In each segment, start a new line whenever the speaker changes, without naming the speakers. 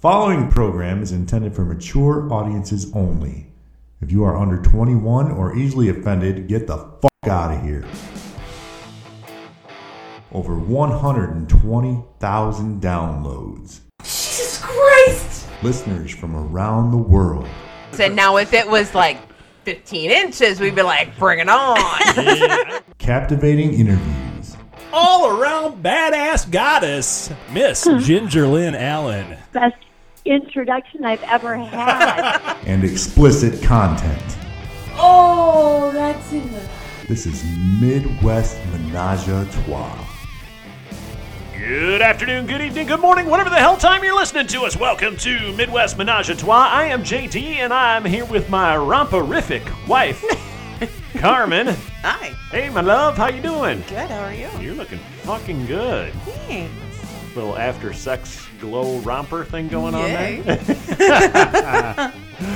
Following program is intended for mature audiences only. If you are under 21 or easily offended, get the fuck out of here. Over 120,000 downloads.
Jesus Christ!
Listeners from around the world.
And now if it was like 15 inches, we'd be like, bring it on.
Captivating interviews.
all around badass goddess, Miss Ginger Lynn Allen.
best introduction I've ever had.
and explicit content.
Oh, that's in the
This is Midwest Menage a Trois.
Good afternoon, good evening, good morning, whatever the hell time you're listening to us. Welcome to Midwest Menage a Trois. I am JT, and I'm here with my romperific wife, Carmen.
Hi.
Hey, my love, how you doing?
Good, how are you?
You're looking fucking good. Little after sex glow romper thing going on there.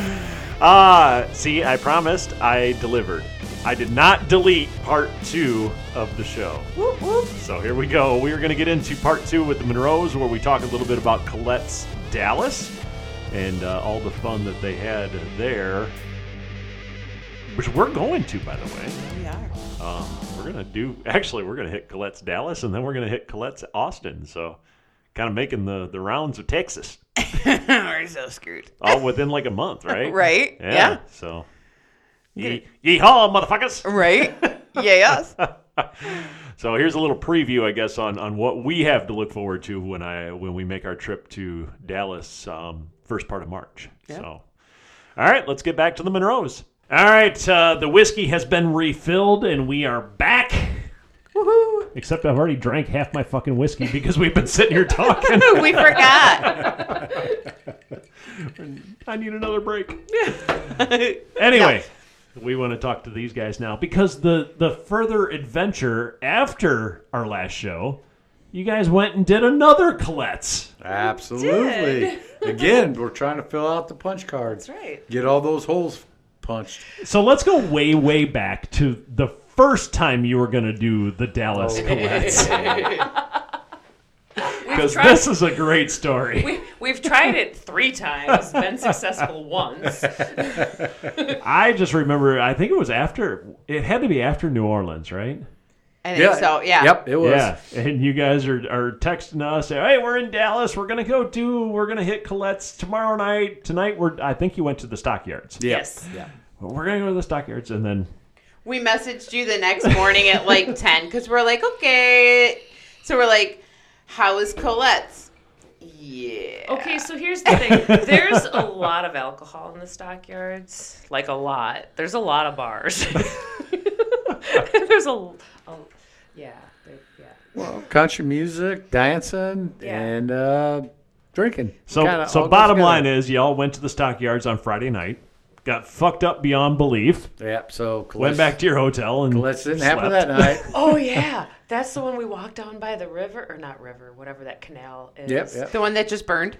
Ah, see, I promised, I delivered. I did not delete part two of the show. So here we go. We are going to get into part two with the Monroes, where we talk a little bit about Colette's Dallas and uh, all the fun that they had there, which we're going to, by the way.
We are.
Um, we're gonna do. Actually, we're gonna hit Colette's Dallas, and then we're gonna hit Colette's Austin. So, kind of making the the rounds of Texas
we're so screwed.
all within like a month, right?
Right,
Yeah.
yeah.
So, ye- yeehaw, motherfuckers!
Right? yes.
So here's a little preview, I guess, on on what we have to look forward to when I when we make our trip to Dallas, um, first part of March. So, all right, let's get back to the Monroes. All right, uh, the whiskey has been refilled, and we are back. Woohoo! Except I've already drank half my fucking whiskey because we've been sitting here talking.
We forgot.
I need another break. anyway, we want to talk to these guys now because the the further adventure after our last show, you guys went and did another Colette's.
Absolutely. Again, we're trying to fill out the punch cards. That's
right.
Get all those holes punched.
So let's go way way back to the first time you were going to do the Dallas Colette's. Because
tried-
this is a great story.
We, we've tried it three times, been successful once.
I just remember, I think it was after, it had to be after New Orleans, right?
I think so, yeah.
Yep, it was.
Yeah, and you guys are, are texting us. say, Hey, we're in Dallas. We're gonna go do. We're gonna hit Colette's tomorrow night. Tonight, we're. I think you went to the stockyards.
Yeah.
Yes.
We're gonna go to the stockyards, and then
We messaged you the next morning at like 10 because we're like, okay. So we're like, how is Colette's? Yeah.
Okay, so here's the thing. There's a lot of alcohol in the stockyards. Like a lot. There's a lot of bars. There's a, a yeah, there, yeah.
Well, country music, dancing,
Yeah.
and uh, drinking.
so
Kinda all
so.
goes
Bottom
together.
line is, y'all went to the stockyards on Friday night. Got fucked up beyond belief.
Yep. So
Went back to your hotel and
Let's didn't happen
slept.
that night.
Oh yeah, that's the one we walked down by the river or not river, whatever that canal is.
yep. Yep.
The one that just burned?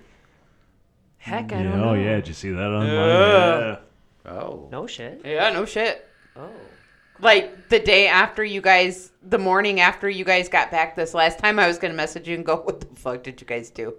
Heck, I
Yeah,
don't know.
oh yeah, did you see that online? Yeah.
Oh.
No shit.
Yeah, no shit.
Oh.
Like the day after you guys, the morning after you guys got back this last time, I was going to message you and go, what the fuck did you guys do?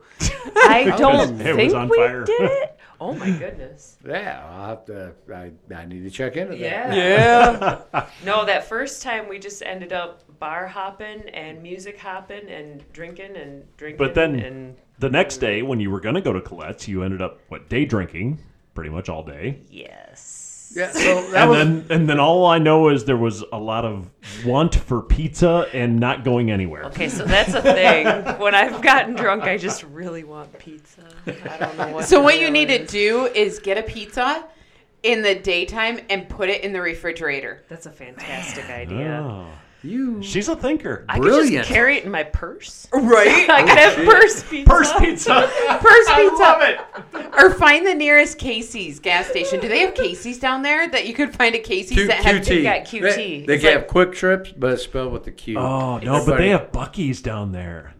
I don't
was- it was
think
on
we
fire.
did it. Oh my goodness.
Yeah. I'll have to. I, I need to check into that.
Yeah.
Yeah.
No, that first time we just ended up bar hopping and music hopping and drinking and drinking.
But then-
and
The next day, when you were gonna go to Colette's, you ended up what day drinking? Pretty much all day.
yes,
Yeah. So that
and
was.
then and then all I know is there was a lot of want for pizza and not going anywhere.
okay, so that's a thing. when I've gotten drunk, I just really want pizza. I don't know what.
So
the
what
deal
you need to
is.
do is get a pizza in the daytime and put it in the refrigerator.
That's a fantastic idea.
Oh.
You.
She's a thinker.
I could
Brilliant.
just carry it in my purse.
Oh, Right?
I could have purse pizza.
First pizza.
First pizza.
it.
Or find the nearest Casey's gas station. Do they have Casey's down there that you could find a Casey's
Q-
that have
QT.
got QT.
They, they
It's
have quick trips, but it's spelled with the Q.
Oh no, but they have Bucky's down there.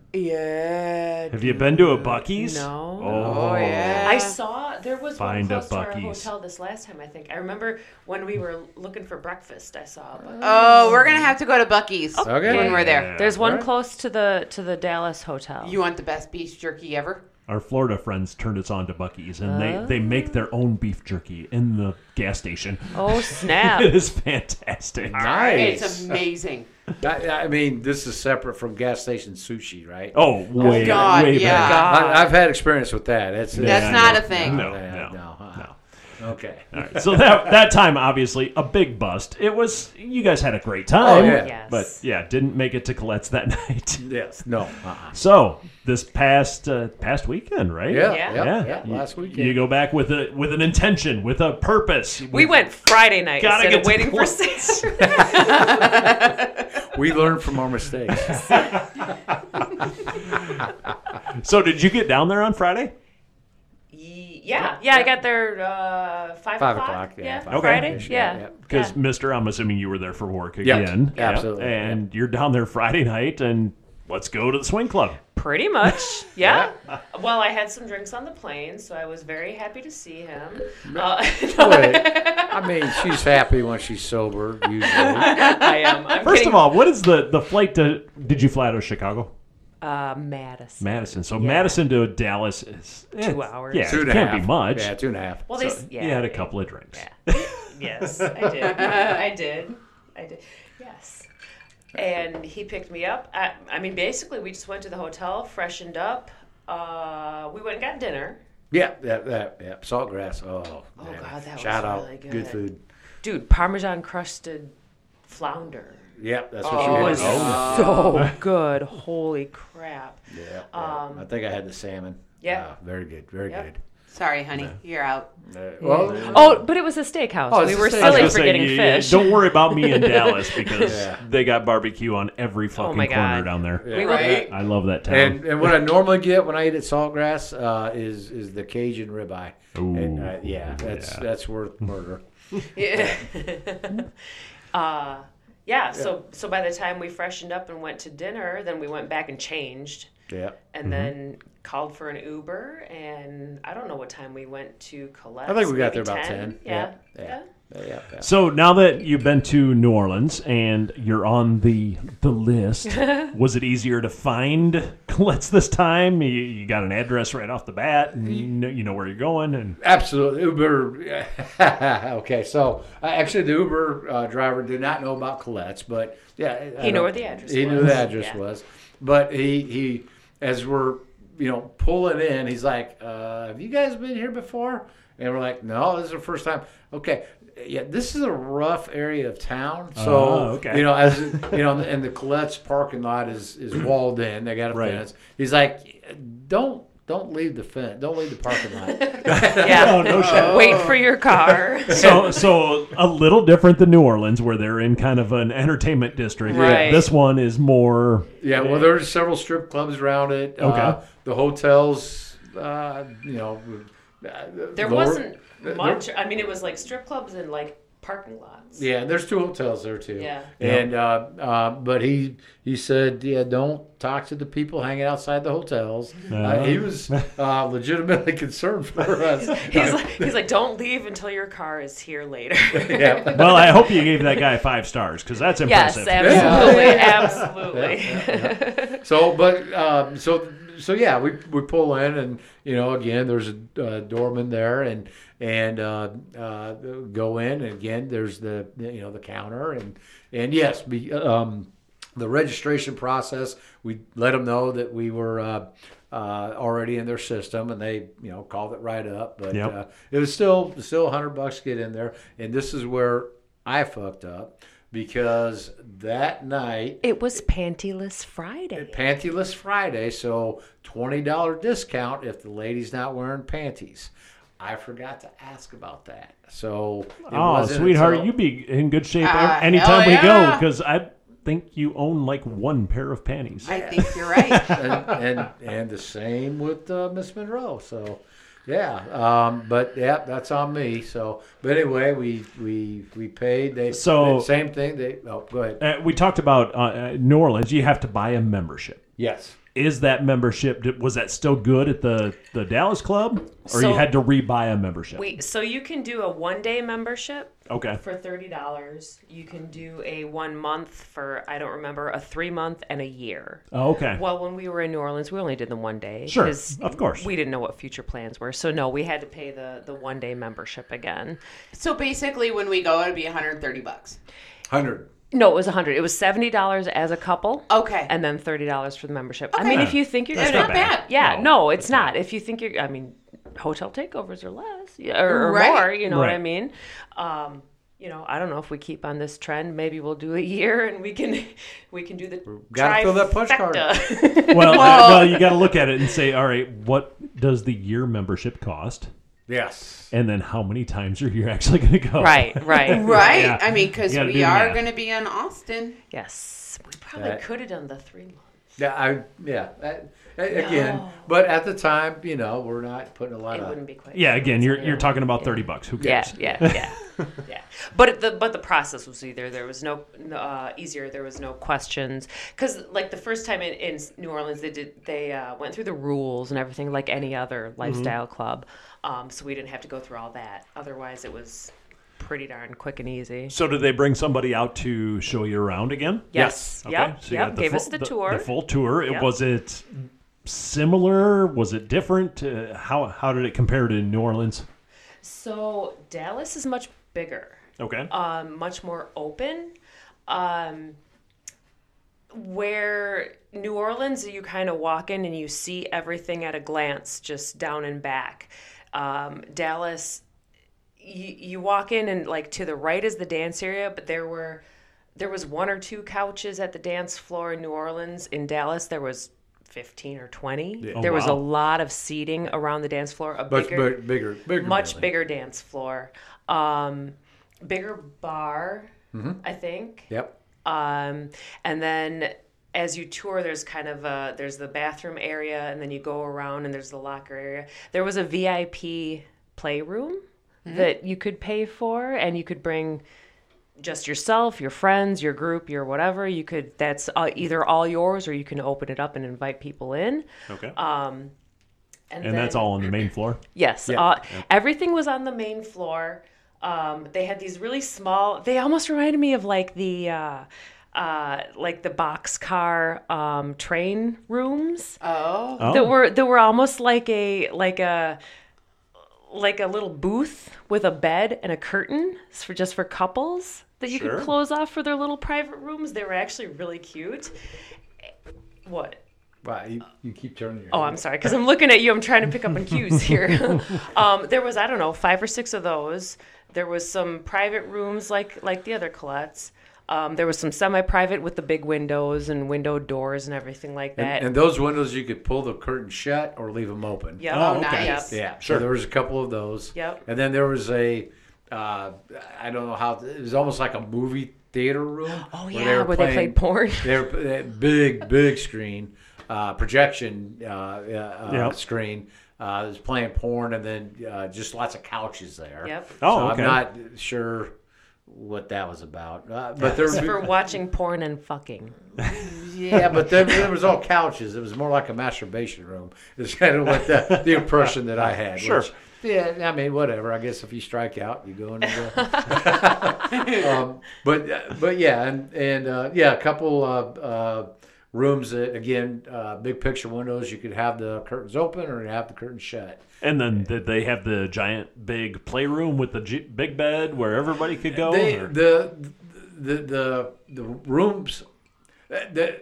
Yeah.
Have you been to a Bucky's?
No.
Oh,
Oh yeah.
I saw there was
Find a
one close to our
Buc-ee's.
hotel this last time. I think I remember when we were looking for breakfast. I saw. A Buc-ee's.
Oh, we're gonna have to go to Bucky's
Okay.
when we're there.
Yeah.
There's one
Alright.
close to the to the Dallas hotel.
You want the best beef jerky ever?
our Florida friends turned us on to Bucky's, and they, they make their own beef jerky in the gas station.
Oh snap!
It is fantastic.
Nice.
It's amazing.
I, I mean, this is separate from gas station sushi, right?
Oh, way,
God,
way
yeah.
better.
I, I've had experience with that. It's,
That's
I
not
know.
a thing.
No,
Yeah,
no,
no, huh.
no.
okay.
All right. So that that time, obviously, a big bust. It was you guys had a great time,
Oh, yeah.
Yes.
but yeah, didn't make it to Colette's that night.
Yes. No. Uh-uh.
So this past uh, past weekend, right?
Yeah.
Yeah.
Yeah.
yeah.
yeah,
You-
last weekend.
You go back with a with an intention, with a purpose.
we went Friday night
Gotta
instead
get
of
to
waiting for
Colette's.
Saturday.
We learn from our mistakes.
So did you get down there on Friday?
yeah, yeah. I got there uh, five,
Five o'clock. Yeah.
Yeah,
five
Friday.
o'clock-ish,
Yeah.
yeah.
Because
Yeah.
Mister, I'm assuming you were there for work
Yep.
again.
Yeah, absolutely,
And you're down there Friday night, and let's go to the swing club.
Pretty much, yeah. Well, I had some drinks on the plane, so I was very happy to see him. Uh,
Wait. I mean, she's happy when she's sober. Usually,
I am. I'm
First
kidding.
of all, what is the the flight to? Did you fly out of Chicago?
uh, Madison.
Madison. So
Yeah.
Madison to Dallas is eh,
Two hours.
Yeah,
two
it
and a half.
can't be much.
Yeah, two and a half.
well, they s- yeah,
you had a couple of drinks.
Yes, I did. I did. I did. Yes. And he picked me up. I, I mean, basically, we just went to the hotel, freshened up. Uh, we went and got dinner.
Yeah, that, that, yeah. Saltgrass. Oh, oh
God, that was
Shout out.
really good.
Good food.
Dude, Parmesan crusted flounder.
Yep, that's what she was. Oh,
So good. Holy crap.
yeah. yeah. I think I had the salmon.
yeah.
Ah, very good. Very
Yep.
Sorry, honey. You're out.
good. Uh, well,
Oh, but it was a steakhouse.
Oh, it's
we
a
were
steakhouse.
I was
silly
gonna
for
say,
getting
you-
fish.
Don't worry about me in Dallas because
Yeah.
they got barbecue on every fucking
Oh my
corner
God.
down there.
we were,
Right?
I love that town.
And, and what I normally get when I eat at Saltgrass uh, is is the Cajun ribeye. And, uh, yeah, that's
yeah.
that's worth murder.
Yeah. uh, yeah. So so by the time we freshened up and went to dinner, then we went back and changed,
Yeah.
and then called for an Uber. And I don't know what time we went to collect.
I think we got there about 10.
Yeah.
Yeah.
Yeah.
Yeah, yeah, yeah.
so now that you've been to New Orleans and you're on the the list, was it easier to find Colette's this time? You, you got an address right off the bat, and you know, you know where you're going, and
Absolutely. Uber. okay, so uh, actually, the Uber uh, driver did not know about Colette's, but yeah, I- I
He knew
don't-
where the address
He knew
was.
the address
Yeah.
was, but he he as we're you know pulling in, he's like, uh, "Have you guys been here before?" And we're like, "No, this is the first time." Okay, yeah, this is a rough area of town, so
Oh, okay.
you know as you know, and the Colette's parking lot is is walled in. They got a
Right.
fence. He's like, "Don't." Don't leave the fence. Don't leave the parking lot.
Yeah.
Oh,
no
Wait for your car.
so so a little different than New Orleans, where they're in kind of an entertainment district.
Right.
This one is more.
Yeah, well, there's several strip clubs around it. Okay.
Okay.
the hotels, uh, you know. uh,
there
lower-
wasn't much. I mean, it was like strip clubs and like parking lots.
Yeah, there's two hotels there too.
Yeah.
And uh, uh, but he he said, yeah, don't talk to the people hanging outside the hotels. Uh, he was uh, legitimately concerned for us.
He's like, he's like, don't leave until your car is here later.
yeah.
Well, I hope you gave that guy five stars because that's
yes,
impressive.
absolutely, absolutely.
So, but um, so so yeah, we we pull in, and you know, again, there's a uh, doorman there, and and uh, uh, go in, and again, there's the you know the counter, and and yes, be, um, the registration process. We let them know that we were. Uh, uh, already in their system, and they, you know, called it right up. But
Yep.
uh, it was still still hundred bucks to get in there, and this is where I fucked up because that night
It was Pantyless Friday.
Pantyless Friday, so twenty dollar discount if the lady's not wearing panties. I forgot to ask about that, so it
Oh,
wasn't
sweetheart,
until-
you be in good shape
Ah,
anytime
hell
we go
yeah.
because I think you own like one pair of panties.
I think you're right.
Uh,
and, and and the same with uh, Miss Monroe. So, yeah, um, but yeah, that's on me. So, but anyway, we we we paid. They
So-
same thing. They oh, go ahead.
Uh, we talked about uh, uh, New Orleans. You have to buy a membership.
Yes.
Is that membership did- was that still good at the the Dallas club, or you
So-
had to rebuy a membership?
We so you can do a one day membership
okay,
for thirty dollars. You can do a one month for I don't remember a three month and a year.
oh, okay.
Well, when we were in New Orleans, we only did the one day.
Sure,
'cause
of course.
We didn't know what future plans were, so no, we had to pay the the one day membership again.
So basically, when we go, it'll be 130 bucks.
Hundred.
No, it was a hundred. It was seventy dollars as a couple.
Okay.
and then thirty dollars for the membership. I mean, if you think you're
That's
gonna,
not bad.
yeah,
No,
no, it's not. If you think you're, I mean, hotel takeovers are less yeah, or, or
Right.
more. You know what I
Right.
mean? Um, you know, I don't know if we keep on this trend. Maybe we'll do a year, and we can we can do the
Gotta fill that punch card.
trifecta.
Well, well, well you got to look at it and say, all right, what does the year membership cost,
Yes.
and then how many times are you actually going to go?
right, right,
Right?
Yeah.
I mean, because
You gotta do
we
the
are
math.
going to be in Austin.
yes. We probably
That-
could have done the three months.
Yeah. I. Yeah. That- a- again, but at the time, you know, we're not putting a lot
It
of.
wouldn't be quite.
Yeah. Again, you're you're talking about thirty bucks. Who
Yeah,
cares?
yeah, yeah, yeah. But the but the process was either there was no uh, easier. There was no questions because like the first time in, in New Orleans, they did they uh, went through the rules and everything like any other lifestyle club. Um, so we didn't have to go through all that. Otherwise, it was pretty darn quick and easy.
So did they bring somebody out to show you around again?
Yes. Yep,
you
yep,
got
gave us the tour.
The full tour. It
Yep.
was it similar? Was it different? Uh, how how did it compare to New Orleans?
So Dallas is much bigger.
Okay.
um, much more open. Um, where New Orleans, you kind of walk in and you see everything at a glance, just down and back. Um, Dallas, you, you walk in and like to the right is the dance area, but there were there was one or two couches at the dance floor in New Orleans. In Dallas, there was. 15 or 20 there was
wow.
a lot of seating around the dance floor a
Much
bigger,
bigger, bigger, bigger
much
building.
bigger dance floor, um, bigger bar, I think.
Yep.
Um, and then as you tour, there's kind of a there's the bathroom area, and then you go around, and there's the locker area. There was a VIP playroom that you could pay for, and you could bring just yourself, your friends, your group, your whatever. You could that's uh, either all yours, or you can open it up and invite people in.
okay.
Um,
and
and then,
that's all on the main floor.
Yes. Uh, Everything was on the main floor. Um, they had these really small. They almost reminded me of like the. Uh, uh, like the boxcar um, train rooms
Oh.
Oh.
that were that were almost like a like a like a little booth with a bed and a curtain for just for couples that you
Sure.
could close off for their little private rooms. They were actually really cute. What?
Wow. You, you keep turning your.
Oh, I'm sorry, because I'm looking at you. I'm trying to pick up on cues here. um, there was, I don't know, five or six of those. There was some private rooms like like the other Colettes. Um, there was some semi-private with the big windows and window doors and everything like that.
And, and those windows, you could pull the curtain shut or leave them open.
yep.
Oh, okay.
Yep.
Yeah, sure. there was a couple of those.
Yep.
And then there was a, uh, I don't know how it was almost like a movie theater room.
Oh yeah, where they, played porn.
They were that big, big screen uh, projection uh, uh,
Yep.
screen. Uh, it was playing porn, and then uh, just lots of couches there.
Yep.
Oh,
so
okay.
I'm not sure what that was about, uh, but there was.
For watching porn and fucking.
Yeah, but there, there was all couches. It was more like a masturbation room. Is kind of what the, the impression that I had.
Sure.
which- yeah, I mean, whatever. I guess if you strike out, you go into the. um, but uh, but yeah, and and uh, yeah, a couple uh, uh, rooms that again, uh, big picture windows. You could have the curtains open or have the curtains shut.
And then did they have the giant big playroom with the g- big bed where everybody could go?
They,
or-
the, the the the rooms uh, the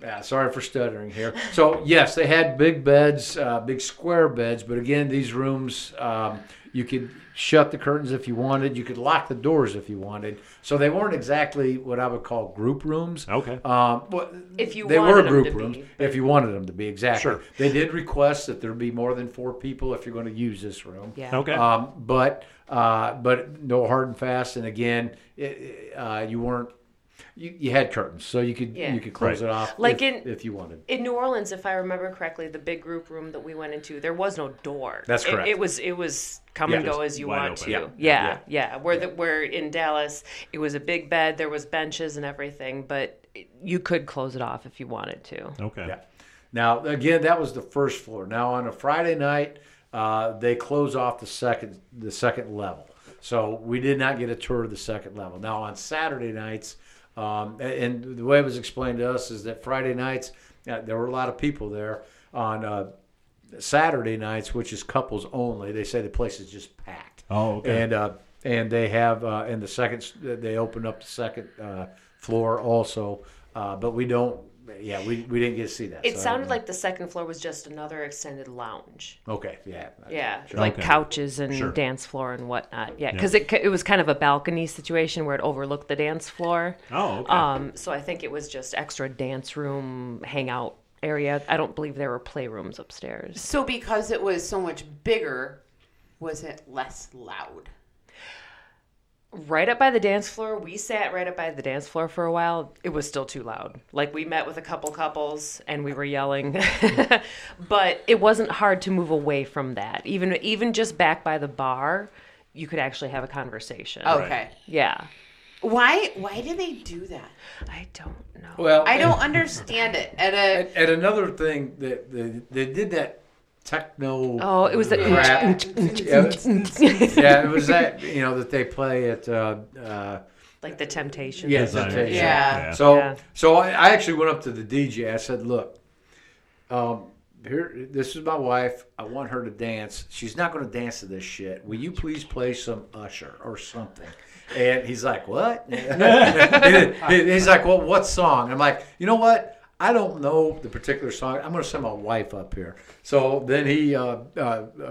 yeah, sorry for stuttering here. So yes, they had big beds, uh, big square beds, but again, these rooms um, you could shut the curtains if you wanted, you could lock the doors if you wanted. So they weren't exactly what I would call group rooms.
Okay.
Um, well,
If you
they
wanted
were
'em
group
to
rooms,
be,
if you wanted them to be exactly.
Sure.
They did request that there be more than four people if you're going to use this room.
Yeah.
okay.
Um, but uh, but no hard and fast. And again, it, uh, you weren't you, you had curtains, so you could
Yeah.
you could close
Right.
it off
Like
if,
in-
if you wanted.
In New Orleans, if I remember correctly, the big group room that we went into, there was no door.
That's
It-
correct.
It, was it was come and
Yeah.
go as you
Wide
want
open.
to.
Yeah.
Yeah, yeah. Where the where in Dallas, it was a big bed. There was benches and everything, but it- you could close it off if you wanted to.
okay.
Yeah. Now, again, that was the first floor. Now, on a Friday night, uh, they close off the second the second level. So we did not get a tour of the second level. Now on Saturday nights, um, a- and the way it was explained to us is that Friday nights uh, there were a lot of people there. On uh, Saturday nights, which is couples only, they say the place is just packed.
Oh, okay.
And uh, and they have uh, in the second they open up the second uh, floor also, uh, but we don't. Yeah, we, we didn't get to see that. so
It
I don't
sounded
know.
like the second floor was just another extended lounge.
okay. Yeah.
Yeah, like
Okay.
couches and
Sure.
dance floor and whatnot. Yeah, because it, c- it was kind of a balcony situation where it overlooked the dance floor.
Oh, okay.
Um,
So I think it was just extra.
extra dance room hangout area. I don't believe there were playrooms upstairs.
So because it was so much bigger, was it less loud?
Right up by the dance floor, we sat right up by the dance floor for a while. It was still too loud. Like we
We met with a couple couples.
and we were yelling. but it wasn't hard to move away from that. Even even just back by the bar, you could actually have a conversation.
Okay.
Yeah.
Why why do they do that?
I don't know.
Well,
I don't understand it. At a
And, and another thing that they, they did that techno.
Oh, it was the
crap.
yeah.
yeah, it was that you know that they play at. Uh, uh,
like the temptation.
yeah,
Desire.
Temptation.
Yeah.
Yeah.
So
Yeah.
so I, I actually went up to the DJ. I said, "Look, um, here, this is my wife. I want her to dance. She's not going to dance to this shit. Will you please play some Usher or something?" And he's like, "What?" And he's like, "Well, what song?" I'm like, "You know what?" I don't know the particular song. I'm going to send my wife up here. So then he, uh, uh,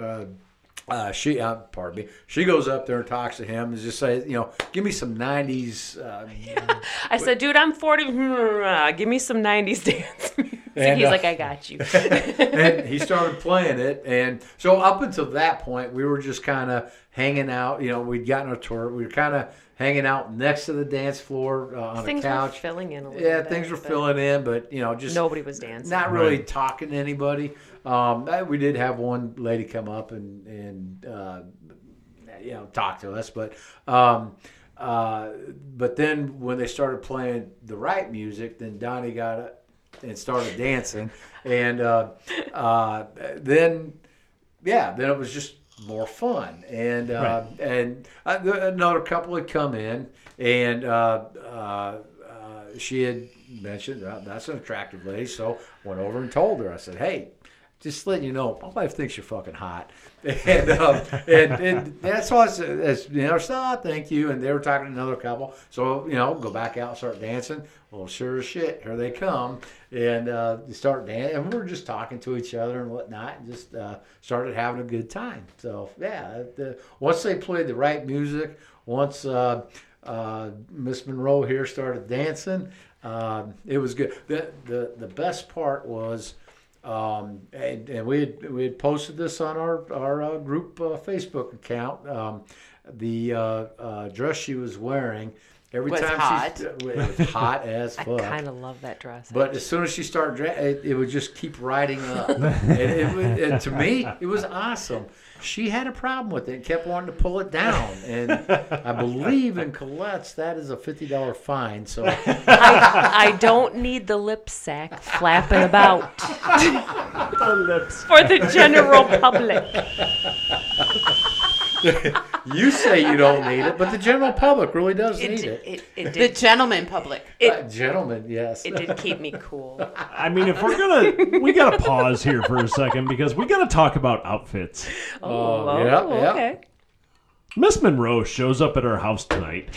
uh, uh, she, uh, pardon me, she goes up there and talks to him and just says, you know, give me some 90s uh,
I said, dude, I'm 40. Give me some 90s dance music.
And,
He's
uh,
like, I got you.
and he started playing it. And so up until that point, we were just kind of hanging out. You know, we'd gotten our tour. We were kind of hanging out next to the dance floor uh, on
Things
a
were
couch.
filling in a little
yeah,
bit.
things were
but
filling in, but you know, just
Nobody was dancing.
not really talking to anybody. Um, I- we did have one lady come up and and uh, you know talk to us, but um, uh, but then when they started playing the right music, then Donnie got up and started dancing, and uh, uh, then yeah, then it was just more fun. And uh, and uh, another couple had come in, and uh, uh, uh, she had mentioned "Oh, that's an attractive lady, so went over and told her. I said, hey. Just letting you know, my wife thinks you're fucking hot, and, um, and, and that's why I said, that's- you know, so "Ah, thank you. And they were talking to another couple, so you know, go back out, and start dancing. Well, sure as shit, here they come, and uh, they start dancing, and we were just talking to each other and whatnot, and just uh, started having a good time. So yeah, the, once they played the right music, once uh, uh, Miss Monroe here started dancing, um, it was good. the the The best part was. Um, and, and we had we had posted this on our our uh, group uh, Facebook account. Um, the uh, uh, dress she was wearing every
Was
time
hot.
she it was hot as fuck.
Kind of love that dress.
But as soon as she started, dra- it, it would just keep riding up. and it, would and to me, it was awesome. She had a problem with it and kept wanting to pull it down. And I believe in Colette's, that is a $50 fine. So
I don't need the lip sack flapping about for the general public.
you say you don't need it, but the general public really does
It,
need
it,
it.
it, it
the
did.
gentleman public.
Uh, gentlemen, yes.
It did keep me cool.
I mean, if we're gonna, we gotta pause here for a second because we gotta talk about outfits.
Oh,
yeah,
oh,
yeah.
okay.
Miss Monroe shows up at our house tonight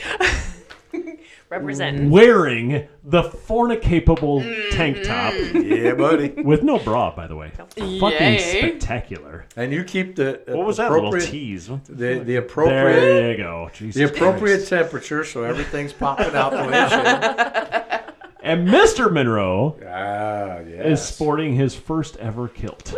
Representing.
wearing the fornicapable
Mm-hmm.
tank top
yeah, buddy.
with no bra, by the way. Fucking
Yay.
spectacular.
And you keep the
What was that little
appropriate,
tease?
the, the appropriate
There you go. Jesus
the appropriate
Christ.
temperature, so everything's popping out the way it should.
And Mr. Monroe
Ah, yes.
is sporting his first ever kilt.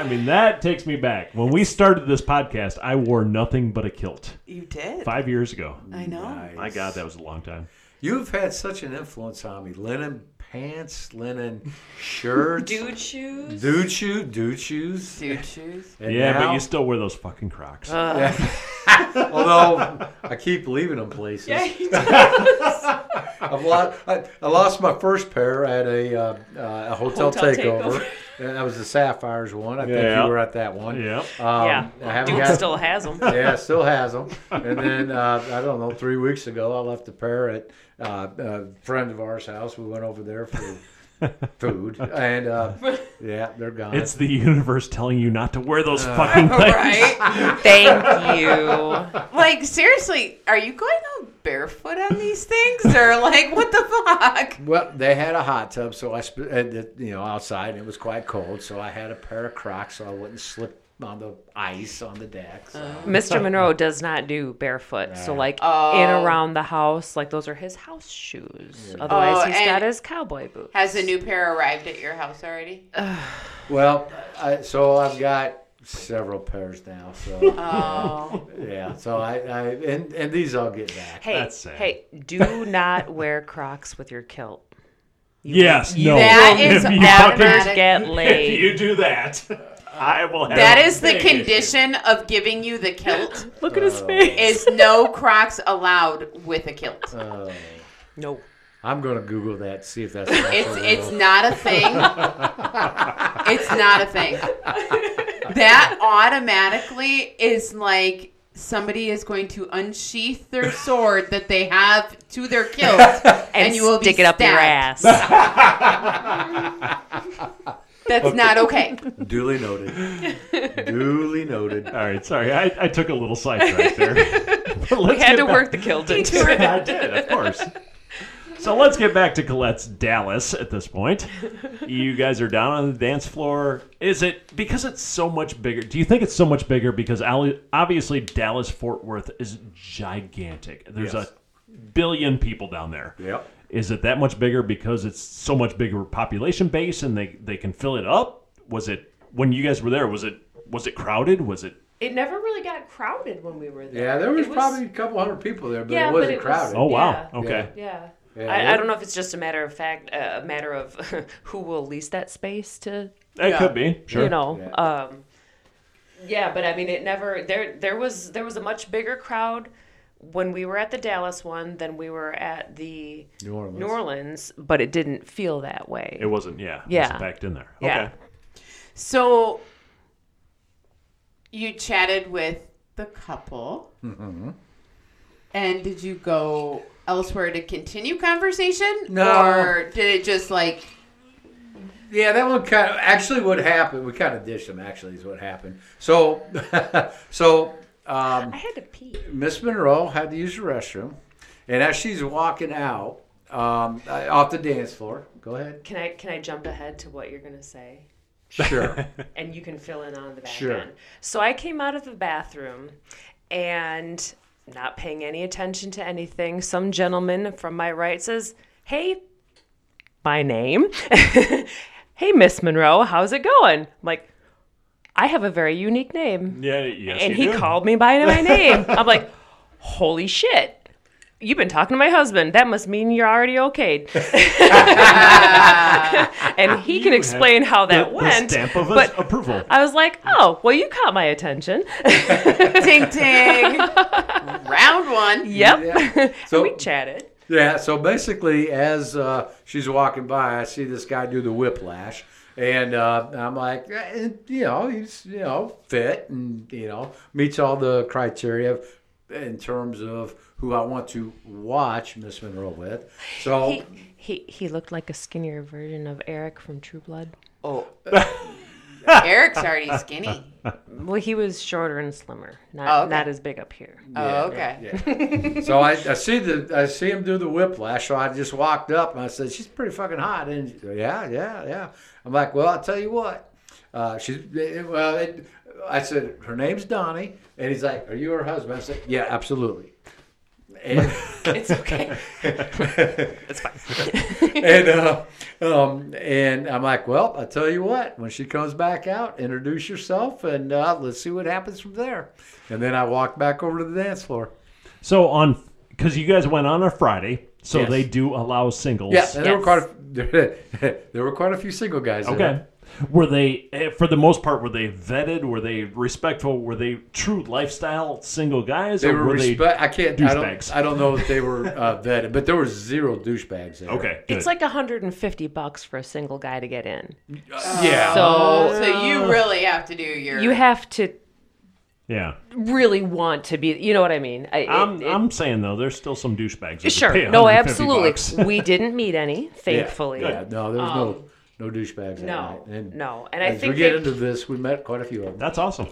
I mean, that takes me back. When we started this podcast, I wore nothing but a kilt
You did.
five years ago.
I know.
My God, that was a long time.
You've had such an influence on me. Linen pants, linen shirts, dude,
Dude
Mm.
shoes.
dude shoe, dude shoes.
Dude shoes.
And
yeah,
now-
Uh,
but you still wear those fucking Crocs.
Although I keep leaving them places. I've lost, I, I lost my first pair at a, uh, uh, a hotel,
Hotel
takeover.
takeover.
And that was the Sapphires one. I think
Yeah.
you were at that one.
Yeah.
Um,
Yeah.
I haven't
Dude
got-
still has them.
yeah, still has them. And then uh, I don't know, three weeks ago, I left a pair at uh, a friend of ours' house. We went over there for food, and uh, yeah, they're gone.
It's the universe telling you not to wear those
Uh,
fucking things.
right?
Thank you.
Like seriously, are you going all barefoot on these things, or like what the fuck?
well, they had a hot tub, so I sp- uh, the- you know outside, and it was quite cold, so I had a pair of Crocs, so I wouldn't slip on the ice on the deck. So.
Uh-huh.
Mr. Monroe does not do barefoot. So, like,
Oh.
in around the house, like, those are his house shoes. Otherwise,
Oh,
he's
and-
got his cowboy boots.
Has a new pair arrived at your house already?
Well, I, so I've got several pairs now. So yeah, so I, I and and these I'll get back.
Hey,
That's sad.
hey, do not wear Crocs with your kilt.
Yes, no.
That is
if you
automatic.
fucking,
Get laid.
if you do that, I will have
That is the
big issues.
condition of giving you the kilt.
Look at
Oh.
his face.
Is no Crocs allowed with a kilt?
Oh,
Uh,
No.
I'm gonna Google that see if that's. an
It's
actual
it's
rule.
not a thing. It's not a thing. That automatically is like somebody is going to unsheath their sword that they have to their kilt, and,
And,
you will be
stick it up your
stabbed.
ass.
That's not okay.
duly noted. duly noted.
All right, sorry, I, I took a little sidetrack there. But
we
let's
had
get
to
back-
work the kilt into it.
I did, of course. So let's get back to Colette's Dallas at this point. You guys are down on the dance floor. Is it because it's so much bigger? Do you think it's so much bigger because ali- obviously Dallas Fort Worth is gigantic. There's
Yes.
a billion people down there.
Yep.
Is it that much bigger because it's so much bigger population base and they they can fill it up? Was it when you guys were there? Was it was it crowded? Was it
It never really got crowded when we were there.
Yeah, there was,
It
probably a couple hundred people there, but
Yeah,
it
but
wasn't
it was-
crowded.
Oh wow.
Yeah.
Okay.
Yeah.
Yeah,
I, I
it-
don't know if it's just a matter of fact, uh, a matter of who will lease that space to,
That could be. Sure.
you know.
Yeah.
Um,
Yeah, but I mean, it never there. There was there was a much bigger crowd when we were at the Dallas one than we were at the
New Orleans.
New Orleans.
but it didn't feel that way.
It wasn't, yeah. It
Yeah.
wasn't packed in there.
Yeah.
Okay.
So you chatted with the couple, and did you go elsewhere to continue conversation?
No.
or did it just like
Yeah, that one kind of actually what happened. We kind of dished them. Actually, is what happened. So, so um,
I had to pee.
Miss Monroe had to use the restroom, and as she's walking out um, off the dance floor, go ahead.
Can I can I jump ahead to what you're gonna say?
Sure.
and you can fill in on the back
Sure.
end. So I came out of the bathroom and not paying any attention to anything. Some gentleman from my right says, Hey,
My name. hey, Miss Monroe, how's it going? I'm like, I have a very unique name.
Yeah, yes.
and
you
he
do.
called me by my name. I'm like, holy shit. You've been talking to my husband. That must mean you're already okayed. and he can
You
explain
have
how that
the,
went.
The stamp of
but
approval.
I was like, oh, well, you caught my attention.
ding ding round one?
yep.
Yeah. So-
So we chatted.
Yeah, so basically, as uh, she's walking by, I see this guy do the whiplash, and uh, I'm like, eh, you know, he's you know fit and you know meets all the criteria of, in terms of who I want to watch Miss Monroe with. So
He, he, he looked like a skinnier version of Eric from True Blood.
Eric's already skinny.
Well, he was shorter and slimmer, not,
Oh, okay.
not as big up here.
Oh, okay.
so I, I see the I see him do the whiplash. So I just walked up and I said, "She's pretty fucking hot." And she, yeah, yeah, yeah. I'm like, "Well, I'll tell you what." Uh, she's well. It, I said, "Her name's Donnie," and he's like, "Are you her husband?" I said, "Yeah, absolutely." And,
It's okay.
and uh, um, and I'm like, "Well, I'll tell you what. When she comes back out, introduce yourself, and uh, let's see what happens from there." And then I walked back over to the dance floor.
So on, because you guys went on a Friday, so
Yes.
they do allow singles.
Yeah, and there were
Yes.
quite a, there, were quite a few single guys.
Okay.
There.
Were they, eh, for the most part, were they vetted? Were they respectful? Were they true lifestyle single guys?
They
or
were,
were
respect. I can't. I
douchebags?
don't. I don't know if they were uh, vetted, but there were zero douchebags there.
they? Okay, good.
It's like 150 bucks for a single guy to get in.
Uh, Yeah.
So
So you really have to do your.
Oh. you have to
yeah.
really want to be. You know what I mean? I, it-
I'm,
it-
I'm saying though, there's still some douchebags. that would pay
sure. No,
150
absolutely.
bucks.
we didn't meet any,
Yeah,
thankfully.
Yeah. No, there was no no douchebags. that
no,
night. And
Um, No, and I
as we
think
get
they-
into this, we met quite a few of them.
That's awesome.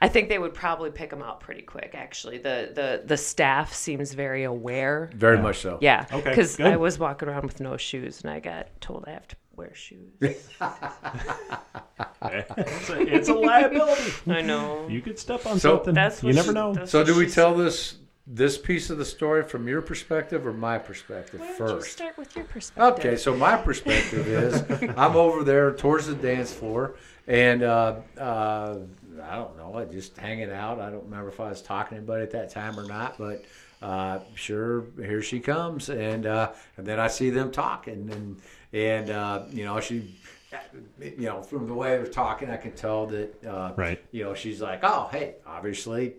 I think they would probably pick them out pretty quick. Actually, the the the staff seems very aware.
Very much so.
Yeah.
Okay,
Because
good.
I was walking around with no shoes, and I got told I have to wear shoes.
it's, a, it's a liability.
I know.
You could step on
So-
something.
That's
you
what
never
she-
know.
that's
So
what
do we
she
tell this this piece of the story from your perspective or my perspective
Why don't you
first?
start with your perspective?
Okay, so my perspective is I'm over there towards the dance floor, and uh, uh, I don't know, I just hanging out. I don't remember if I was talking to anybody at that time or not, but uh, sure, here she comes, and uh, and then I see them talking, and and uh, you know she. You know, from the way they're talking, I can tell that uh,
Right.
you know, she's like, oh, hey, obviously,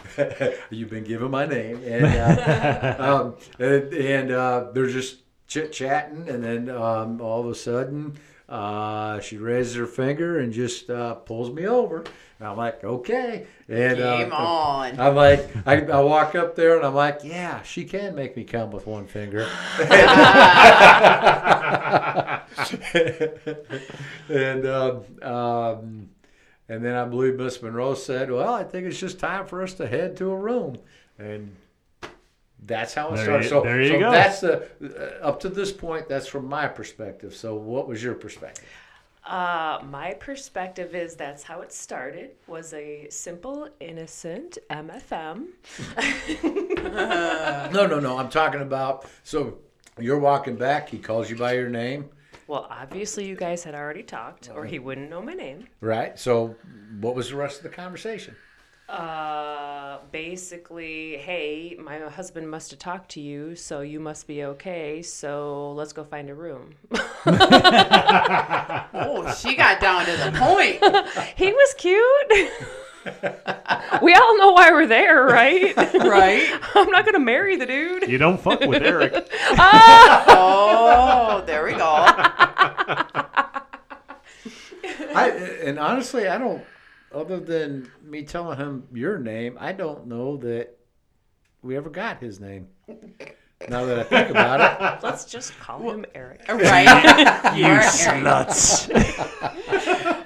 you've been given my name. And, uh, um, and, and uh, they're just chit chatting. And then um, all of a sudden, uh, she raises her finger and just uh, pulls me over. And I'm like, okay. And uh,
Game on.
I'm like, I, I walk up there and I'm like, yeah, she can make me come with one finger. and um, um, and then I believe Miss Monroe said, well, I think it's just time for us to head to a room. And that's how it
There
starts.
you-
so
there you
so
go.
that's the uh, up to this point. That's from my perspective. So what was your perspective?
Uh, my perspective is that's how it started. Was a simple, innocent MFM.
No, no, no. I'm talking about. So you're walking back. He calls you by your name.
Well, obviously, you guys had already talked, or he wouldn't know my name.
Right. So, what was the rest of the conversation?
Uh,
Basically, hey, my husband must have talked to you, so you must be okay. So let's go find a room.
Oh, she got down to the point.
he was cute. we all know why we're there, right?
Right?
I'm not gonna marry the dude.
You don't fuck with Eric.
Oh, there we go.
I and honestly, I don't. Other than me telling him your name, I don't know that we ever got his name. Now that I think about it,
Let's just call him Eric.
Right?
you
Alright.
sluts.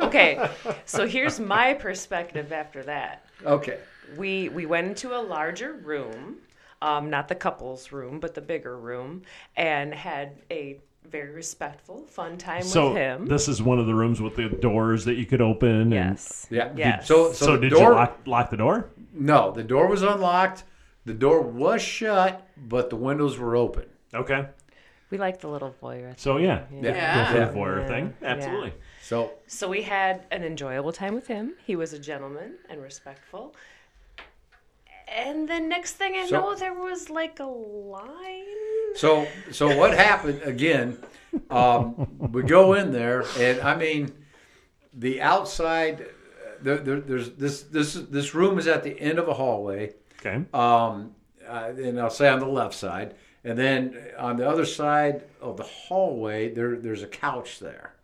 Okay, so here's my perspective after that.
okay.
we we went into a larger room um, not the couples room but the bigger room and had a very respectful fun time
So
with him
this is one of the rooms with the doors that you could open.
yes
Yeah.
Yes.
So, so,
And, so
the
did
door.
you lock, lock the door?
No, the door was unlocked. The door was shut, but the windows were open.
Okay.
we like the little voyeur
So yeah,
Yeah.
Go for the voyeur
Yeah.
thing.
Yeah.
Absolutely.
So
so we had an enjoyable time with him he was a gentleman and respectful and then next thing i
So-
know there was like a line
So, so what happened again? Um, we go in there, and I mean, the outside. uh, There, there, there's this this this room is at the end of a hallway,
Okay.
um, uh, and I'll say on the left side, and then on the other side of the hallway, there there's a couch there,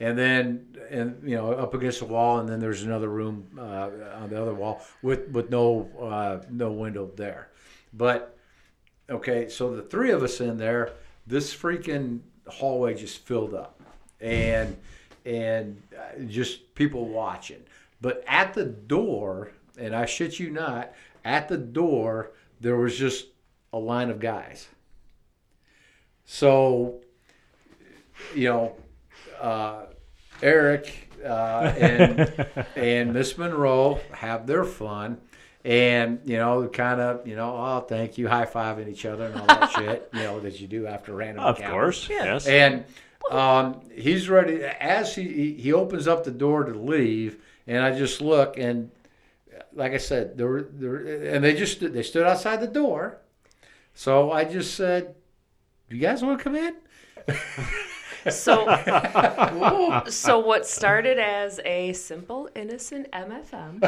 and then and you know up against the wall, and then there's another room uh, on the other wall with with no uh, no window there, but okay, so the three of us in there, this freaking hallway just filled up, and and uh, just people watching. But at the door, and I shit you not, at the door there was just a line of guys. So, you know, uh, Eric uh, and and Miss Monroe have their fun, and you know, kind of, you know, oh, thank you, high fiving each other and all that shit, you know, that you do after random.
Of
encounters.
course. Yes.
And um, he's ready. As he, he he opens up the door to leave, and I just look, and like I said, there were- there were- and they just stood- they stood outside the door. So I just said, "You guys want to come in?"
So, so what started as a simple, innocent MFM,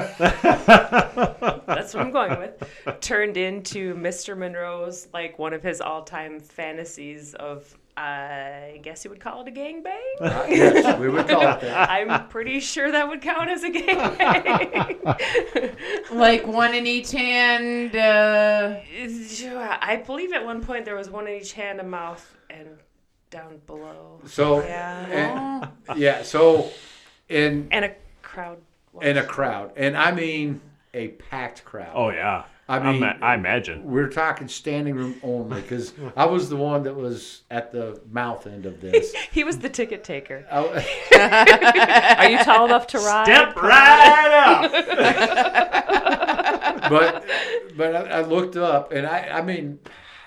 that's what I'm going with, turned into Mr. Monroe's, like one of his all time fantasies of, I guess you would call it a gangbang?
yes, we would call it that.
I'm pretty sure that would count as a gangbang.
like one in each hand. Uh,
I believe at one point there was one in each hand, a mouth, and down below.
So
Yeah.
and- yeah, so and
And a crowd. watch.
and a crowd, and I mean a packed crowd.
Oh yeah.
I
I'm-
mean-
I imagine.
We're talking standing room only because I was the one that was at the mouth end of this.
He was the ticket taker.
I-
Are you tall enough to ride?
Step right up.
but but I, I looked up, and I I mean,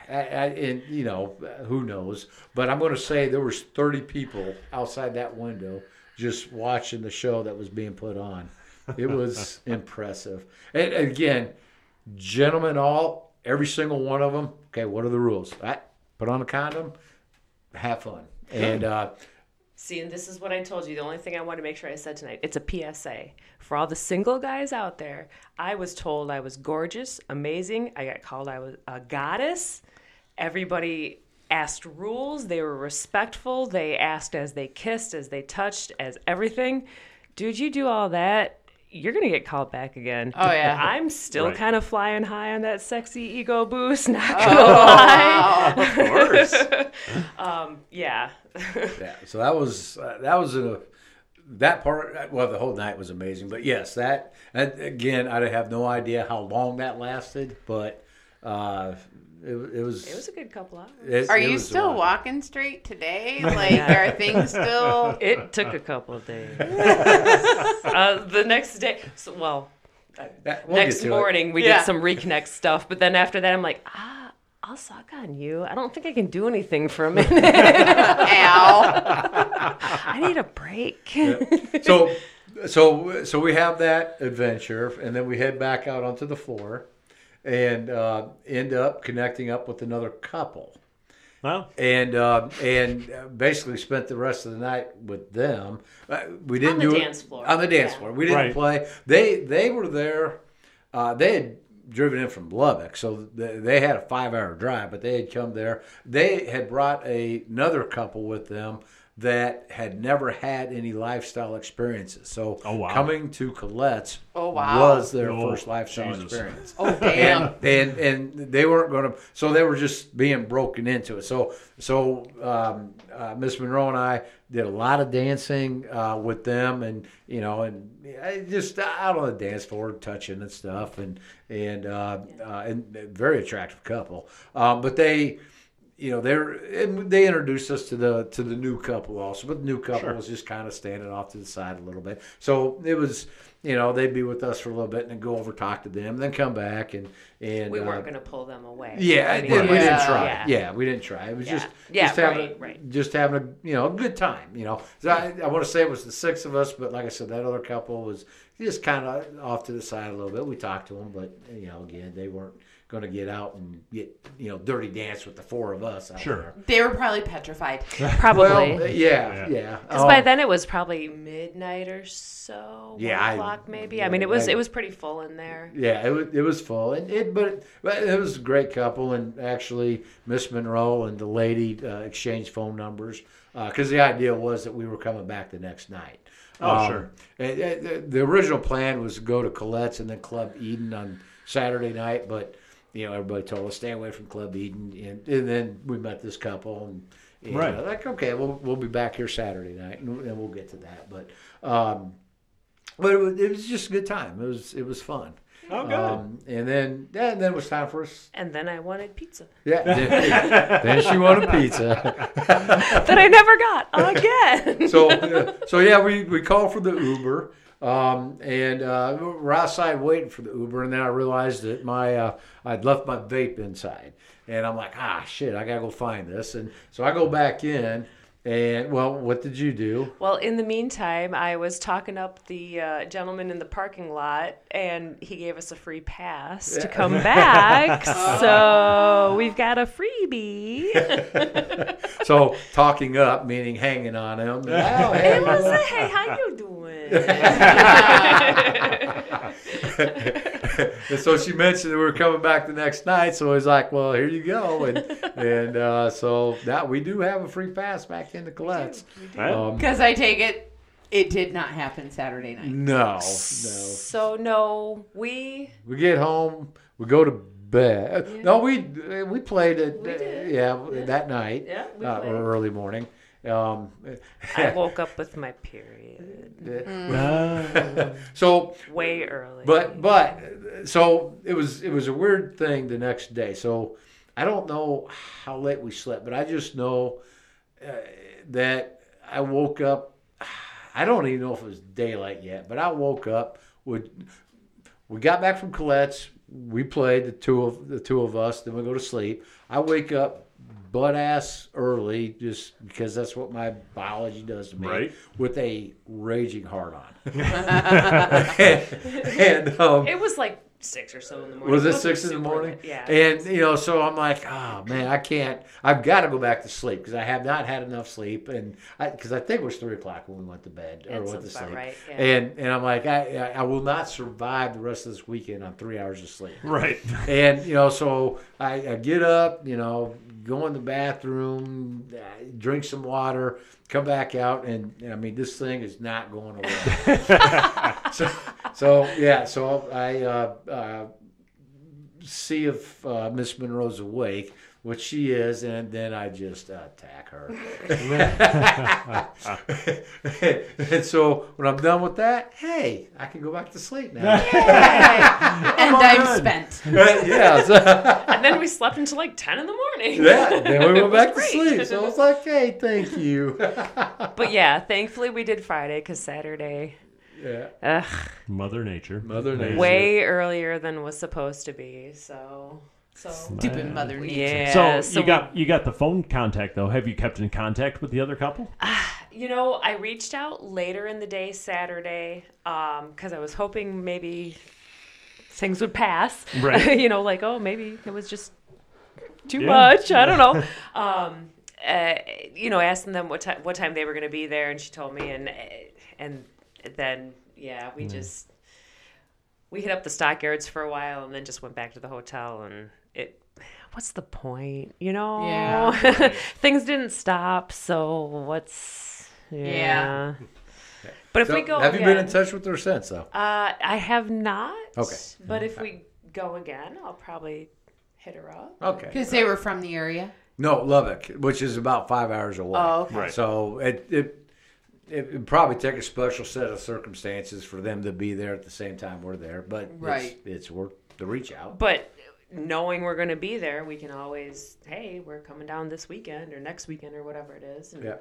I, I and you know who knows, but I'm going to say there was 30 people outside that window just watching the show that was being put on. It was impressive, and again, gentlemen, all every single one of them. Okay, what are the rules? All right, put on a condom, have fun, and uh,
See, and this is what I told you. The only thing I want to make sure I said tonight, it's a PSA. For all the single guys out there, I was told I was gorgeous, amazing. I got called I was a goddess. Everybody asked rules. They were respectful. They asked as they kissed, as they touched, as everything. Dude, you do all that, you're going to get called back again.
Oh, yeah.
I'm still
Right.
kind of flying high on that sexy ego boost, not
Oh.
going to lie.
Oh,
Of course.
Yeah.
yeah, so that was uh, that was a that part. Well, the whole night was amazing, but yes, that, that again, I have no idea how long that lasted, but uh, it, it was.
It was a good couple hours.
it-
are
it
you
was a
still
lot.
walking straight today? Like, are things still?
It took a couple of days.
Uh, the next day, so, well,
That- we'll get
Next
to it.
morning, we
Yeah.
did some reconnect stuff, but then after that, I'm like, ah, I'll suck on you. I don't think I can do anything for a minute.
Ow!
I need a break.
So, so, so we have that adventure, and then we head back out onto the floor, and uh, end up connecting up with another couple.
Well,
and uh, and uh, basically spent the rest of the night with them. Uh, we didn't
the
do
dance
it,
floor.
on the dance
Yeah.
floor. We didn't
Right.
play. They they were there. Uh, they had driven in from Lubbock, so they, they had a five hour drive, but they had come there. They had brought a, another couple with them that had never had any lifestyle experiences. So
Oh, wow.
coming to Colette's
Oh, wow.
was their
Oh,
first lifestyle
Jesus.
experience
Oh damn!
and and they weren't going to so they were just being broken into it so so um, uh, miss monroe and i did a lot of dancing uh, with them and you know and I just out on the dance floor touching and stuff and and uh, uh, and a very attractive couple um, but they you know they're and they introduced us to the to the new couple also but the new couple was just kind of standing off to the side a little bit so it was you know they'd be with us for a little bit and then go over talk to them then come back and and
we
uh,
weren't going to pull them away.
yeah,
I
it-
mean,
it- we didn't
yeah.
try. Yeah.
Yeah.
we didn't try. It was just
Yeah,
just having
right, right.
just having a you know a good time. You know, so I, I want to say it was the six of us, but like I said, that other couple was just kind of off to the side a little bit. We talked to them, but you know, again, they weren't going to get out and get you know dirty dance with the four of us. Out
Sure.
there.
They were probably petrified.
Probably.
Well,
Yeah.
yeah, yeah.
Because by
Um,
then it was probably.
probably midnight or so.
Yeah,
one
I-
o'clock maybe.
yeah,
I mean, it was
I-
it was pretty full in there.
Yeah, it was, it was full, and it but, but it was a great couple, and actually Miss Monroe and the lady uh, exchanged phone numbers because the idea was that we were coming back the next night. Um,
Oh, sure.
and- and the- the original plan was to go to Colette's and then Club Eden on Saturday night, but you know everybody told us stay away from Club Eden, and, and then we met this couple and. and, uh,
Right.
like okay, we'll we'll be back here Saturday night, and, and we'll get to that. But um, but it was, it was just a good time. It was it was fun.
Oh, good.
Um, and then yeah, and then it was time for us.
And then I wanted pizza
Yeah. Then, then she wanted pizza.
that I never got again.
So uh, so yeah, we we called for the Uber. Um, and uh, we're outside waiting for the Uber, and then I realized that my uh, I'd left my vape inside, and I'm like, ah, shit, I gotta go find this, and so I go back in, And well, what did you do?
Well, in the meantime, I was talking up the uh, gentleman in the parking lot, and he gave us a free pass to come back. so we've got a freebie.
So talking up, meaning hanging on him. Oh, hey,
It was a, hey, how you doing?
and so she mentioned that we were coming back the next night. So I was like, "Well, here you go." And and uh, so that we do have a free pass back into Colette's.
Right?
Um,
Because I take it, it did not happen Saturday night.
no, no.
so no, we
We get home. We go to bed. Uh, No, we we played it. uh, Yeah, that night.
Yeah, we
uh,
played.
or early morning. Um,
I woke up with my period
so
way early.
But but so it was it was a weird thing the next day. So I don't know how late we slept, but I just know uh, that I woke up. I don't even know if it was daylight yet, but I woke up. With, we got back from Colette's. We played the two of the two of us. Then we go to sleep. I wake up butt ass early just because that's what my biology does to me
Right.
with a raging hard on and um,
it was like six or so in the morning.
was it
wasn't
six in the
super
morning?
late. Yeah.
And you know, so I'm like, oh man, I can't. I've got to go back to sleep because I have not had enough sleep, and because I, think it was three o'clock when we went to bed or
That
went to
sounds about
sleep.
right, yeah.
And and I'm like, I I- I will not survive the rest of this weekend on three hours of sleep.
Right.
And you know, so I, I get up, you know, go in the bathroom, uh, drink some water, come back out, and, and I mean, this thing is not going away. so, so yeah, so I uh, uh, see if uh, Miss Monroe's awake, which she is, and then I just attack her. and so when I'm done with that, hey, I can go back to sleep now.
and I'm spent.
yeah. so-
and then we slept until like ten in the morning.
Yeah, then we
It
went
was
back to
great.
sleep. So I was like, hey, thank you.
But yeah, thankfully we did Friday because Saturday,
yeah.
ugh,
Mother Nature.
Mother Nature.
way earlier than was supposed to be. So
So
Stupid mother nature.
yeah,
So, you got you got the phone contact though. Have you kept in contact with the other couple?
You know, I reached out later in the day Saturday
um,
because I was hoping maybe.
things would pass.
Right.
you know, like oh maybe it was just too
Yeah.
much. I don't know. um, uh, you know, asking them what time what time they were going to be there, and she told me, and eh, and then
Yeah,
Mm.
we just we hit up the stockyards for a while and then just went back to the hotel and it.
what's the point? You know,
Yeah.
things didn't stop. So what's yeah. But if
So
we go,
have you been in
again-
touch with her since, though?
Uh, I have not.
Okay. Mm-hmm.
But if we go again, I'll probably hit her up.
Uh,
Okay.
Because they were from the area.
No, Lubbock, which is about five hours away.
Oh, okay.
Right.
So it, it, it would probably take a special set of circumstances for them to be there at the same time we're there, but
Right.
it's, it's worth the reach out.
But knowing we're going to be there, we can always hey, we're coming down this weekend or next weekend or whatever it is. And
Yeah.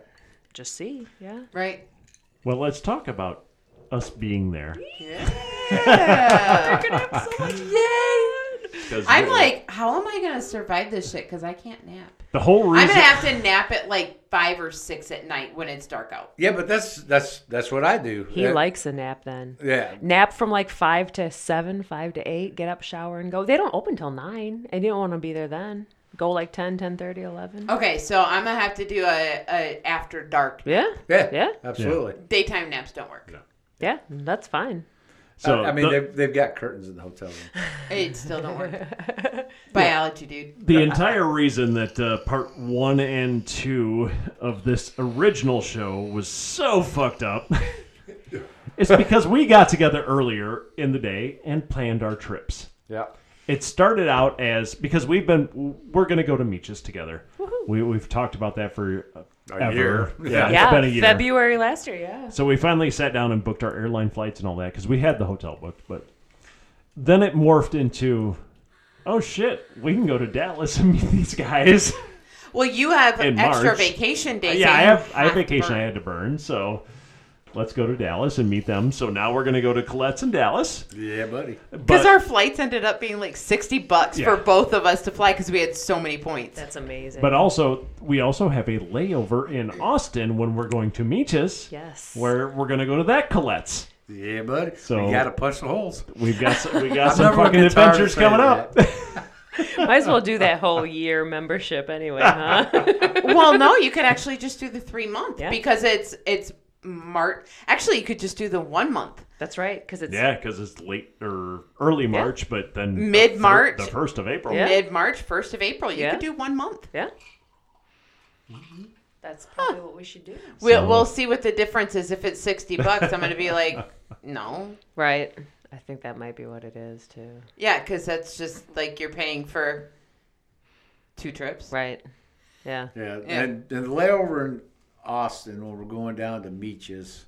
Just see. Yeah.
Right.
Well, let's talk about us being there.
Yay!
'Cause
I'm
the-
like, how am I going to survive this shit? Because I can't nap.
the whole
I'm
reason.
going to have to nap at like 5 or 6 at night when it's dark out.
Yeah, but that's that's that's what I do.
He
Yeah.
likes a nap then.
yeah.
Nap from like five to seven, five to eight. Get up, shower, and go. They don't open till nine. I didn't want to be there then. Go like 10, 10 11.
Okay, so I'm going to have to do a, a after dark.
Yeah.
Yeah.
Yeah.
Absolutely.
Daytime naps don't work.
Yeah. That's fine.
so
I, I mean,
the,
they've, they've got curtains in the hotel room.
It still don't work. Biology, dude.
the entire reason that uh, part one and two of this original show was so fucked up is because we got together earlier in the day and planned our trips.
Yeah.
it started out as because we've been we're going to go to Meaches together. We, we've talked about that for uh, ever.
year.
Yeah,
Yeah.
it's been a year.
February last year. Yeah.
So we finally sat down and booked our airline flights and all that because we had the hotel booked. But then it morphed into, oh shit, we can go to Dallas and meet these guys.
Well, you have
In
extra
March.
vacation days.
yeah,
so
I
you
have I have
to
vacation I
work.
had to burn, so Let's go to Dallas and meet them. So now we're going to go to Colette's in Dallas.
Yeah, buddy.
Because
But
our flights ended up being like 60 bucks
Yeah.
for both of us to fly because we had so many points.
That's amazing.
but uh, also we also have a layover in Austin when we're going to Meechus.
Yes.
Where we're going to go to that Colette's.
Yeah, buddy.
So-
you got to punch the holes.
We've got some, we got
I'm
some
never gonna
fucking
get tired of
adventures coming
saying
up.
Might as well do that whole year membership anyway, huh?
well, no, you could actually just do the three month
Yeah.
because it's it's March. Actually, you could just do the one month.
That's right, because it's
yeah, because it's late or early March, but then the fir-
Mid-March.
the first of April.
Yeah.
Mid March, first of April, you
Yeah.
could do one month.
yeah.
Mm-hmm. That's probably what we should do.
We'll, we'll see what the difference is. If it's 60 bucks, I'm going to be like, no.
Right. I think that might be what it is too.
Yeah, because that's just like you're paying for two trips.
Right. Yeah.
Yeah,
Yeah.
and, and the layover in Austin when we're going down to Meaches.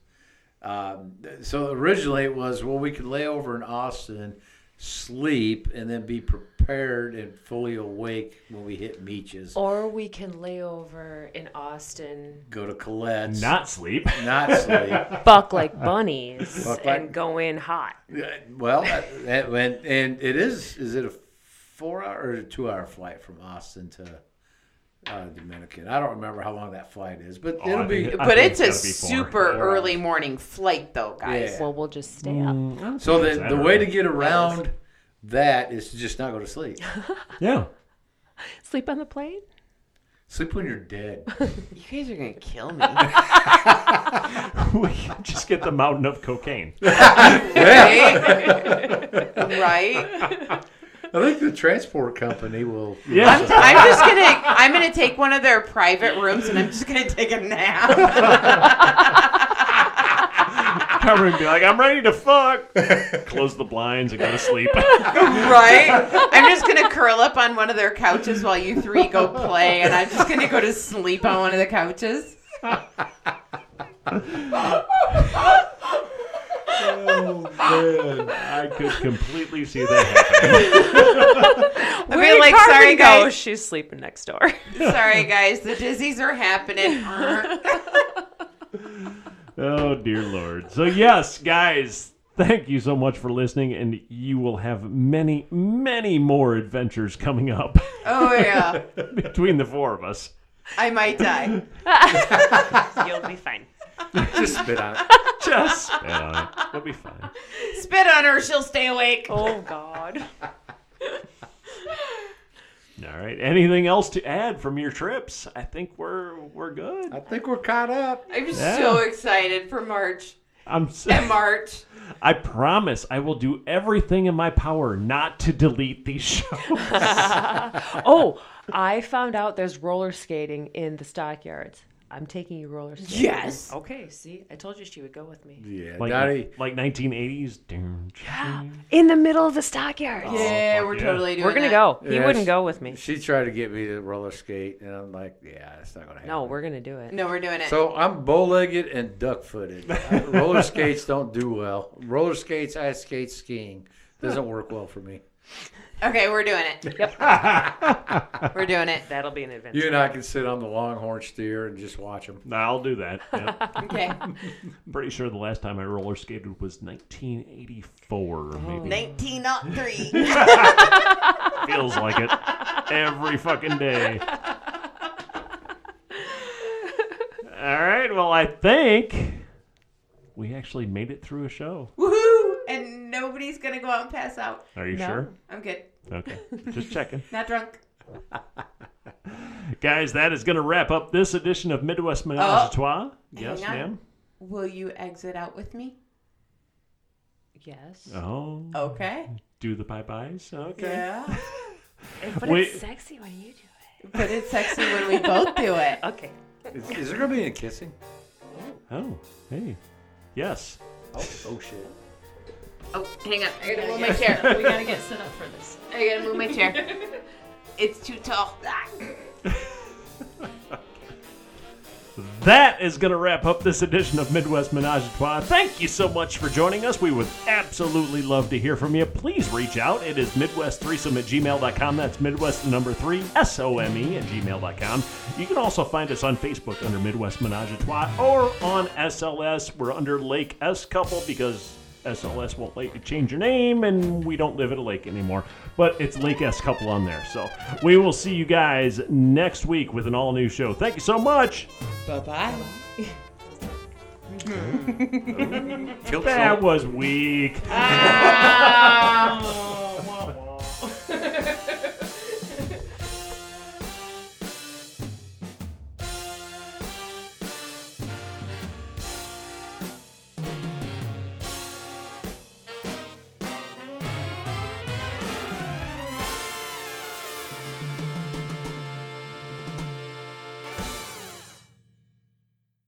Um, th- so originally it was well we could lay over in Austin, sleep, and then be prepared and fully awake when we hit Meaches.
Or we can lay over in Austin.
Go to Colette's,
Not sleep.
not sleep.
Buck like bunnies
Buck like-
and go in hot.
Yeah, well, that, and, and it is is it a four hour or a two hour flight from Austin to uh, Dominican? I don't remember how long that flight is, but
Oh, I
it'll be.
think it- I
But
think
it's a
it's gotta be four.
super early morning flight, though, guys.
Yeah.
Well, we'll just stay up.
Mm.
So
Is
the,
that
the way
early?
to get around that is to just not go to sleep.
Yeah.
Sleep on the plane?
Sleep when you're dead.
You guys are going to kill me.
we can just get the mountain of cocaine.
right?
I think the transport company will.
Yeah.
I'm just gonna I'm gonna take one of their private rooms and I'm just gonna take a nap.
Cameron would be like, I'm ready to fuck. Close the blinds and go to sleep.
right? I'm just gonna curl up on one of their couches while you three go play and I'm just gonna go to sleep on one of the couches.
I could completely see that happening.
I'll be like, sorry
goes?
guys,
She's sleeping next door.
sorry guys, the dizzies are happening.
Oh, dear Lord. So, yes, guys, thank you so much for listening, and you will have many, many more adventures coming up
oh yeah.
between the four of us.
I might die.
You'll be fine.
Just spit on it.
Just, uh, we'll be fine.
Spit on her, she'll stay awake.
Oh God.
All right. Anything else to add from your trips? I think we're we're good.
I think we're caught up.
I'm
Yeah.
so excited for March.
I'm. s-
And March.
I promise I will do everything in my power not to delete these shows.
Oh, I found out there's roller skating in the stockyards. I'm taking you roller skating.
Yes.
Okay, see, I told you she would go with me.
Yeah,
Like,
Donnie.
like 1980s. Dun, dun.
In the middle of the stockyards.
Oh, Yeah,
fuck
we're
yeah.
totally doing
We're gonna
that.
go. He
Yeah,
wouldn't
she-
go with me.
She tried to get me to roller skate, and I'm like, yeah, it's not gonna happen.
No, we're gonna do it.
No, we're doing it.
So I'm bow-legged and duck-footed. I- roller skates don't do well. Roller skates, ice skates, skiing doesn't work well for me.
Okay, we're doing it. Yep. we're doing it.
That'll be an adventure.
You and I can sit on the longhorn steer and just watch them.
I'll do that. Yeah.
Okay.
Pretty sure the last time I roller skated was 1984. Maybe
1903.
feels like it every fucking day. All right. Well, I think we actually made it through a show.
Woohoo! And nobody's going to go out and pass out.
Are you
No.
sure?
I'm good.
Okay. Just checking.
Not drunk.
Guys, that is going to wrap up this edition of Midwest Menage a Trois. Yes,
Oh. on.
ma'am.
Will you exit out with me?
Yes.
Oh.
Okay.
Do the bye byes. Okay.
Yeah.
But
Wait.
it's sexy when you do it.
But it's sexy when we both do it.
Okay.
Is, is there gonna be any kissing?
Oh, hey. Yes.
Oh, oh shit.
Oh, hang on. I gotta move my chair.
We gotta get set up for this.
I gotta move my chair. It's too tall. Ah.
that is going to wrap up this edition of Midwest Menage a Trois. Thank you so much for joining us. We would absolutely love to hear from you. Please reach out. It is midwestthreesome at gmail.com. That's Midwest the number three, S O M E, at gmail.com. You can also find us on Facebook under Midwest Menage a Trois or on SLS. We're under Lake S Couple because SLS won't let you change your name, and we don't live at a lake anymore. But it's Lake S Couple on there. So we will see you guys next week with an all new show. Thank you so much.
Bye bye.
That was weak.
Oh.